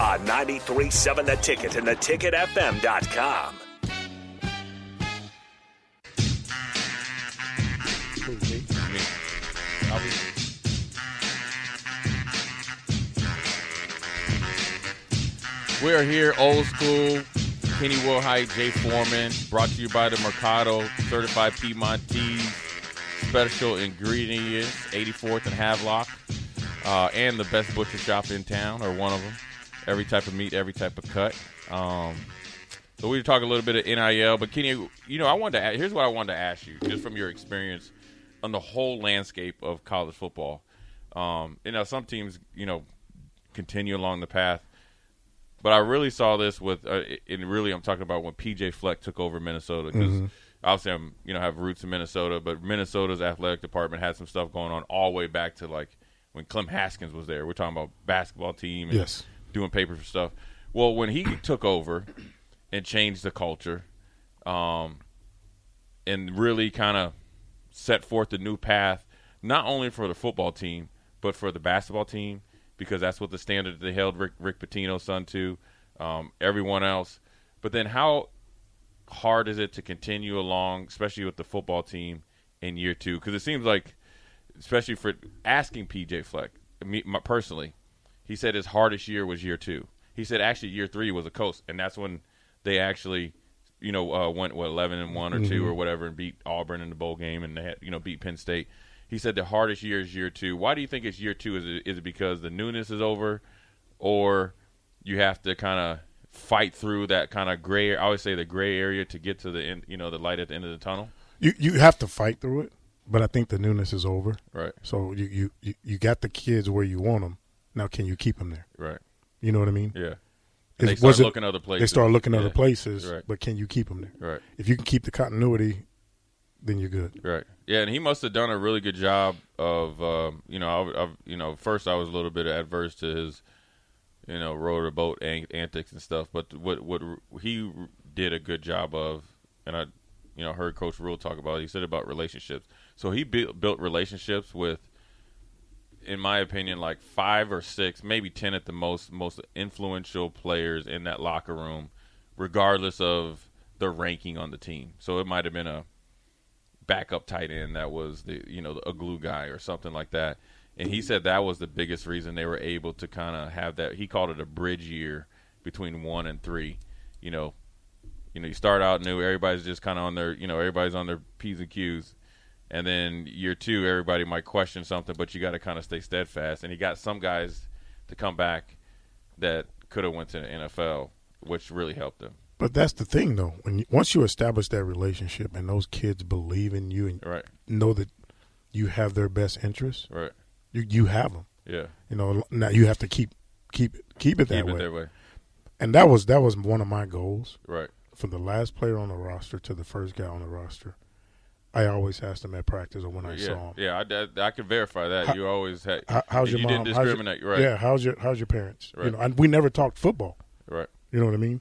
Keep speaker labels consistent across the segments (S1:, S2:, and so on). S1: On 93.7 The Ticket and theticketfm.com.
S2: We are here, old school. Kenny Wilhite, Jay Foreman, brought to you by the Mercado Certified Piedmontese Special Ingredients, 84th and Havelock, uh, and the best butcher shop in town, or one of them. Every type of meat, every type of cut. Um, so we talk a little bit of NIL, but Kenny, you know, I wanted to. a- Here's what I wanted to ask you, just from your experience on the whole landscape of college football. Um, you know, some teams, you know, continue along the path but I really saw this with, uh, and really I'm talking about when PJ Fleck took over Minnesota because obviously I'm you know have roots in Minnesota, but Minnesota's athletic department had some stuff going on all the way back to like when Clem Haskins was there. We're talking about basketball team and
S3: Yes.
S2: doing papers for stuff. Well, when he took over and changed the culture, um, and really kind of set forth a new path, not only for the football team, but for the basketball team, because that's what the standard they held Rick, Rick Pitino's son to, um, everyone else. But then how hard is it to continue along, especially with the football team in year two? Because it seems like, especially for asking PJ Fleck, me, my, personally, he said his hardest year was year two. He said actually year three was a coast, and that's when they actually, you know, uh, went what eleven and one or
S4: Mm-hmm.
S2: two or whatever, and beat Auburn in the bowl game, and they had, you know beat Penn State. He said the hardest year is year two. Why do you think it's year two? Is it, is it because the newness is over, or you have to kind of fight through that kind of gray? I always say the gray area to get to the end, you know, the light at the end of the tunnel.
S4: you you have to fight through it, but I think the newness is over.
S2: Right.
S4: So you you you, you got the kids where you want them. Now can you keep them there?
S2: Right.
S4: You know what I mean?
S2: Yeah. they
S4: It
S2: start
S4: wasn't-
S2: looking other
S4: They
S2: places.
S4: start looking other
S2: Yeah.
S4: places,
S2: Right.
S4: but can you keep them there?
S2: Right.
S4: If you can keep the continuity, then you're good.
S2: Right. Yeah, and he must have done a really good job of, um, you know, I've, I've, you know, first I was a little bit adverse to his, you know, row the boat an- antics and stuff, but what what he did a good job of, and I, you know, heard Coach Rule talk about. It, he said about relationships. So he built built relationships with, in my opinion, like five or six, maybe ten at the most, most influential players in that locker room, regardless of their ranking on the team. So it might have been a backup tight end that was the you know a glue guy or something like that. And he said that was the biggest reason they were able to kind of have that. He called it a bridge year between one and three. You know, you know, you start out new, everybody's just kind of on their you know everybody's on their p's and q's, and then year two everybody might question something, but you got to kind of stay steadfast. And he got some guys to come back that could have went to the NFL, which really helped them.
S4: But that's the thing, though. When you, once you establish that relationship and those kids believe in you and
S2: Right,
S4: know that you have their best interest,
S2: right,
S4: you you have them.
S2: yeah.
S4: You know, now you have to keep keep keep it that
S2: Keep it
S4: way.
S2: that way,
S4: And that was that was one of my goals.
S2: right,
S4: from the last player on the roster to the first guy on the roster, I always asked him at practice or when I
S2: yeah,
S4: saw him,
S2: yeah. I, that- I, could verify that. you always had.
S4: "How- "How's
S2: you
S4: your mom?
S2: didn't
S4: How's your-
S2: discriminate, right?
S4: Yeah, how's your how's your parents? You
S2: Right.
S4: know, and we never talked football.
S2: Right.
S4: You know what I mean?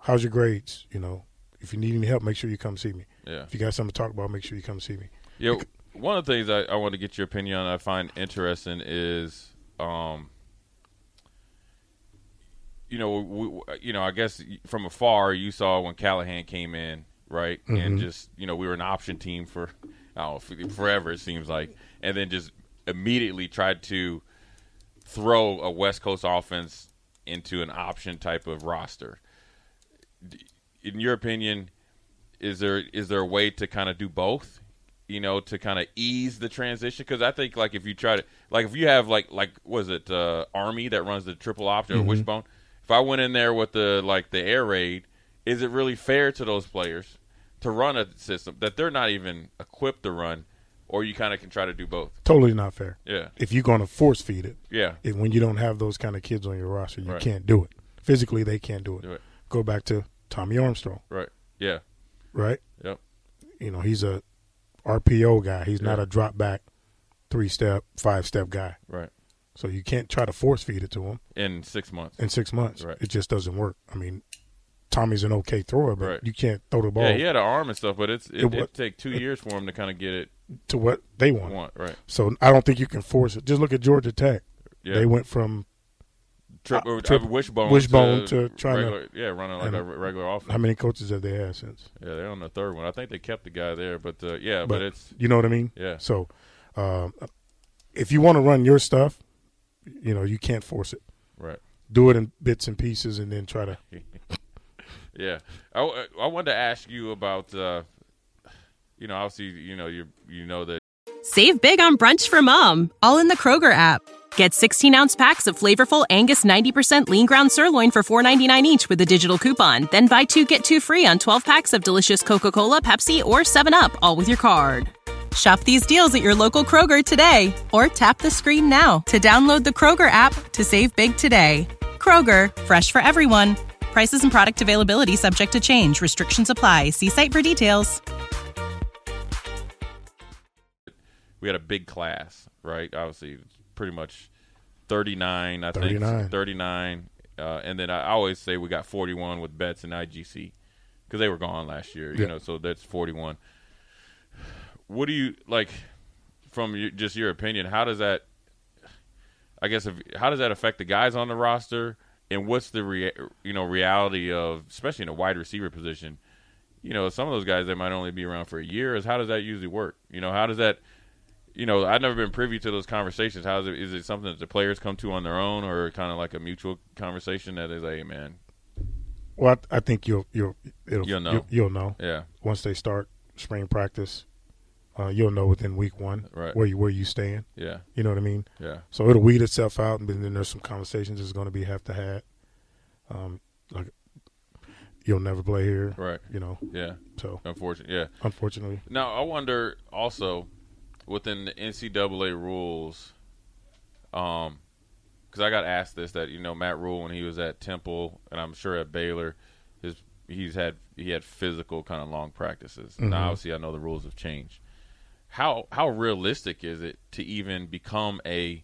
S4: How's your grades? You know, if you need any help, make sure you come see me.
S2: Yeah.
S4: If you got something to talk about, make sure you come see me.
S2: Yeah, one of the things I, I want to get your opinion on, I find interesting is, um, you know, we, we- you know, I guess from afar you saw when Callahan came in, right, and just you know we were an option team for, I don't know, forever it seems like, and then just immediately tried to throw a West Coast offense into an option type of roster. in your opinion, is there is there a way to kind of do both? You know, to kind of ease the transition because I think like if you try to like if you have like like was it uh, Army that runs the triple option
S4: Mm-hmm.
S2: or wishbone? If I went in there with the like the air raid, is it really fair to those players to run a system that they're not even equipped to run? Or you kind of can try to do both.
S4: Totally not fair.
S2: Yeah.
S4: If you're going to force feed it,
S2: Yeah.
S4: if- when you don't have those kind of kids on your roster, you
S2: Right.
S4: can't do it. Physically, they can't do it.
S2: Do it.
S4: Go back to Tommy Armstrong,
S2: Right. Yeah.
S4: right?
S2: Yep.
S4: You know, he's a RPO guy. He's not a drop back, three step, five step guy.
S2: Right.
S4: So you can't try to force feed it to him
S2: In six months.
S4: in six months.
S2: Right.
S4: It just doesn't work. I mean, Tommy's an okay thrower, but
S2: Right.
S4: you can't throw the ball
S2: Yeah, he had an arm and stuff, but it's it,
S4: It
S2: it,
S4: wa-
S2: take two years for him to kind of get it
S4: to what they want.
S2: want right.
S4: So I don't think you can force it. Just look at Georgia Tech.
S2: Yeah,
S4: They went from
S2: trip, or,
S4: trip-
S2: uh, wishbone,
S4: wishbone to trying to-
S2: regular, yeah running like
S4: and-
S2: a re- regular offense.
S4: how many coaches have they had since?
S2: yeah, they're on the third one. I think they kept the guy there, but uh, yeah, but, it's
S4: you know what I mean.
S2: Yeah.
S4: So, um, if you want to run your stuff, you know you can't force it.
S2: right.
S4: Do it in bits and pieces, and then try to.
S2: Yeah, I, w- I wanted to ask you about uh, you know obviously you know you you know that
S5: Save big on brunch for mom, all in the Kroger app. Get 16 ounce packs of flavorful Angus 90% lean ground sirloin for $4.99 each with a digital coupon. Then buy two get two free on 12 packs of delicious Coca Cola, Pepsi, or 7UP, all with your card. Shop these deals at your local Kroger today or tap the screen now to download the Kroger app to save big today. Kroger, fresh for everyone. Prices and product availability subject to change. Restrictions apply. See site for details.
S2: we had a big class, right? Obviously, pretty much 39, I
S4: 39.
S2: think. 39. Uh, and then I always say we got 41 with Bets and IGC because they were gone last year, you
S4: Yeah.
S2: know, so that's 41. What do you, like, from your, just your opinion, how does that, I guess, if, how does that affect the guys on the roster? And what's the, rea- you know, reality of, especially in a wide receiver position, you know, some of those guys that might only be around for a year is how does that usually work? You know, how does that you know, I've never been privy to those conversations. How is it? Is it something that the players come to on their own, or kind of like a mutual conversation that is, hey, man,
S4: Well, I, I think you'll you'll it'll,
S2: You'll know.
S4: You'll, you'll know
S2: yeah,
S4: once they start spring practice. Uh, you'll know within week one
S2: Right.
S4: where you where you stand.
S2: yeah,
S4: You know what I mean?
S2: yeah,
S4: So it'll weed itself out, and then there's some conversations that's going to be have to had. Um, like you'll never play here,
S2: Right.
S4: You know,
S2: yeah.
S4: so
S2: Unfortunately, yeah.
S4: unfortunately,
S2: Now I wonder also within the NCAA rules, um, because I got asked this that you know Matt Rule when he was at Temple and I'm sure at Baylor, his he's had he had physical kind of long practices.
S4: Mm-hmm.
S2: Now obviously I know the rules have changed. How how realistic is it to even become a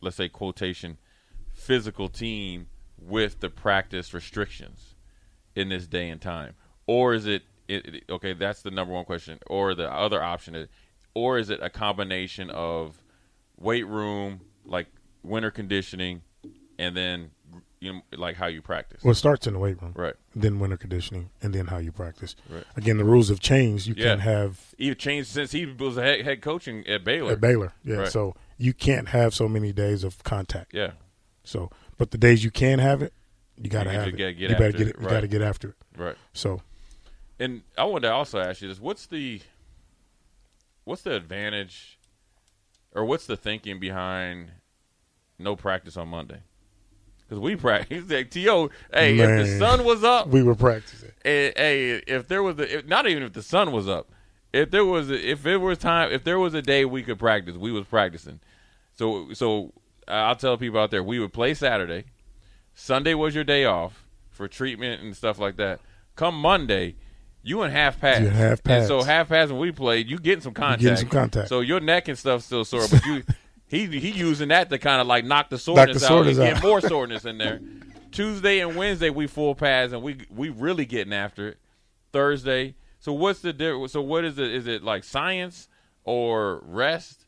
S2: let's say quotation physical team with the practice restrictions? in this day and time, or is it, it, it- okay? That's the number one question. Or the other option is, or is it a combination of weight room, like winter conditioning, and then you know, like how you practice,
S4: well, it starts in the weight room,
S2: right?
S4: Then winter conditioning, and then how you practice.
S2: Right.
S4: Again, the rules have changed. You
S2: Yeah.
S4: can't have
S2: Even changed since he was the head, head coaching at Baylor.
S4: at Baylor, yeah.
S2: Right.
S4: So you can't have so many days of contact.
S2: yeah,
S4: So, but the days you can have it, you got to
S2: You
S4: have
S2: just
S4: it.
S2: gotta get
S4: you better
S2: after
S4: get
S2: it,
S4: You got to
S2: right.
S4: get after it.
S2: right.
S4: So
S2: And I wanted to also ask you this: What's the what's the advantage, or what's the thinking behind no practice on Monday? Because we practice. Like, To hey, if the
S4: Man.
S2: sun was up,
S4: we were practicing.
S2: eh, hey, if there was a, if, not even if the sun was up, if there was a, if it was time, if there was a day we could practice, we was practicing. So so I'll tell people out there, we would play Saturday. Sunday was your day off for treatment and stuff like that. Come Monday, you in half pads.
S4: You in half
S2: And
S4: pads.
S2: so half pads when we played, you getting some contact.
S4: getting some contact.
S2: So your neck and stuff still sore, but you he he using that to kind of like knock the
S4: Knock the
S2: soreness out and
S4: soreness
S2: get
S4: out.
S2: more soreness in there. Tuesday and Wednesday we full pads and we we really getting after it. Thursday. So what's the difference? So what is it? Is it like science or rest?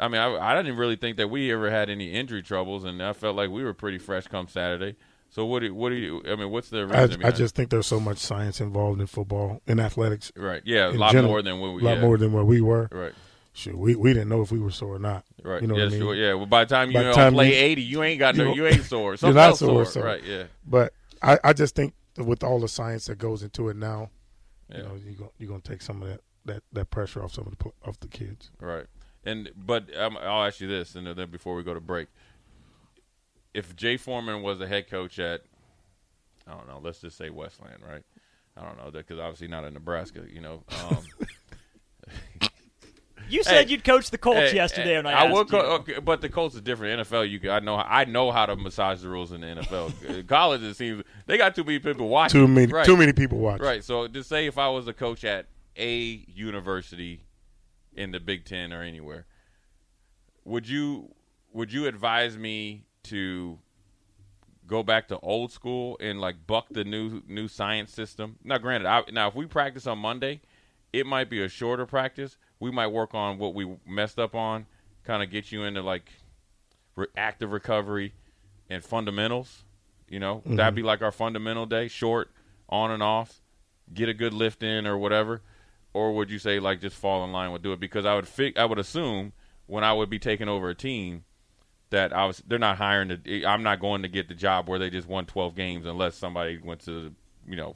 S2: I mean, I, I didn't really think that we ever had any injury troubles, and I felt like we were pretty fresh come Saturday. So what? Do, what do you? I mean, what's the reason?
S4: I, I
S2: behind it?
S4: just think there's so much science involved in football and athletics.
S2: right, yeah, a
S4: in
S2: lot
S4: general.
S2: more than what we,
S4: a lot
S2: yeah.
S4: more than what we were.
S2: right,
S4: Shoot, we, we didn't know if we were sore or not.
S2: right,
S4: You know
S2: yeah,
S4: what I mean?
S2: sure, yeah. Well, by the time you
S4: By the
S2: don't
S4: time
S2: play
S4: you-
S2: eighty, you ain't got no,
S4: you-
S2: you ain't sore.
S4: you're
S2: Something
S4: not
S2: else sore,
S4: sore, so-
S2: right? Yeah,
S4: But I, I just think with all the science that goes into it now,
S2: Yeah.
S4: you know, you're gonna, you're gonna take some of that, that, that pressure off some of the pl- off the kids.
S2: Right. And but um, I'll ask you this, and then before we go to break, if Jay Foreman was the head coach at, I don't know, let's just say Westland, right? I don't know, because obviously not in Nebraska, you know. Um,
S6: You said
S2: Hey,
S6: you'd coach the Colts
S2: hey,
S6: yesterday,
S2: hey,
S6: and I, asked
S2: will
S6: you.
S2: co- okay, but the Colts are different. NFL, you can- I know I know how to massage the rules in the NFL. College, it seems they got too many people watching.
S4: Too many
S2: Right.
S4: too many people watch.
S2: Right. So just say if I was a coach at a university in the Big Ten or anywhere, would you would you advise me to go back to old school and like buck the new new science system? Now, granted, I, now if we practice on Monday, it might be a shorter practice. We might work on what we messed up on, kind of get you into like re- active recovery and fundamentals. You know, that'd be like our fundamental day, short, on and off, get a good lift in or whatever. Or would you say like just fall in line with do it? Because I would fig- I would assume when I would be taking over a team that I was they're not hiring the I'm not going to get the job where they just won 12 games unless somebody went to you know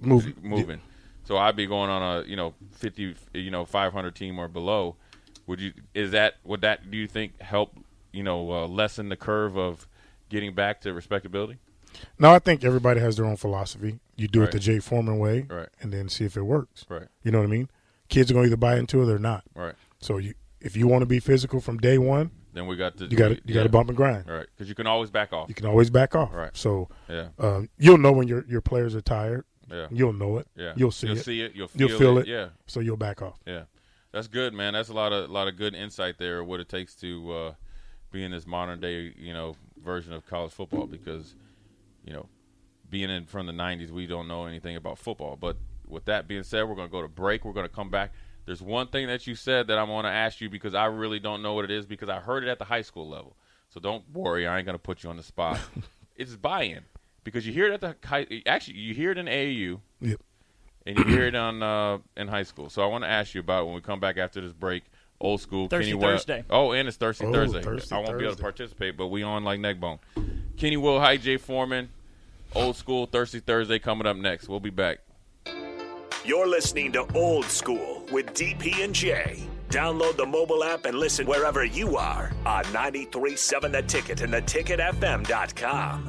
S4: Move
S2: moving. So I'd be going on a you know 50 you know 500 team or below. Would you is that would that do you think help you know uh, lessen the curve of getting back to respectability?
S4: No, I think everybody has their own philosophy. You do
S2: Right.
S4: it the Jay Foreman way,
S2: Right.
S4: and then see if it works.
S2: Right.
S4: You know what I mean? Kids are gonna either buy into it or not.
S2: Right.
S4: So you, if you want to be physical from day one,
S2: Then we got to
S4: you got to you got to bump and grind.
S2: Right, because you can always back off.
S4: You can always back off.
S2: Right.
S4: So
S2: Yeah.
S4: um, you'll know when your your players are tired.
S2: Yeah.
S4: You'll know it.
S2: Yeah.
S4: You'll see
S2: You'll
S4: it.
S2: see it. You'll feel it. Yeah.
S4: So you'll back off.
S2: Yeah, that's good, man. That's a lot of lot of good insight there. of What it takes to uh, be in this modern day, you know, version of college football. Because, you know, being in from the '90s, we don't know anything about football. But with that being said, we're gonna go to break. We're gonna come back. There's one thing that you said that I'm gonna ask you because I really don't know what it is because I heard it at the high school level. So don't worry, I ain't gonna put you on the spot. it's buy-in because you hear it at the high, actually you hear it in AAU
S4: Yep.
S2: and you hear it on uh, in high school. So I want to ask you about it when we come back after this break. Old school
S6: Thirsty
S2: Kenny Will-
S6: Thursday.
S2: Oh, and it's Thirsty
S4: Oh,
S2: Thursday.
S4: Thirsty
S2: I won't be able to
S4: Thursday.
S2: participate, but we on like neck bone. Kenny Will, Hi Jay Foreman, Old School Thirsty Thursday coming up next. We'll be back.
S1: You're listening to Old School with DP and J. Download the mobile app and listen wherever you are on 937 The Ticket and theticketfm.com.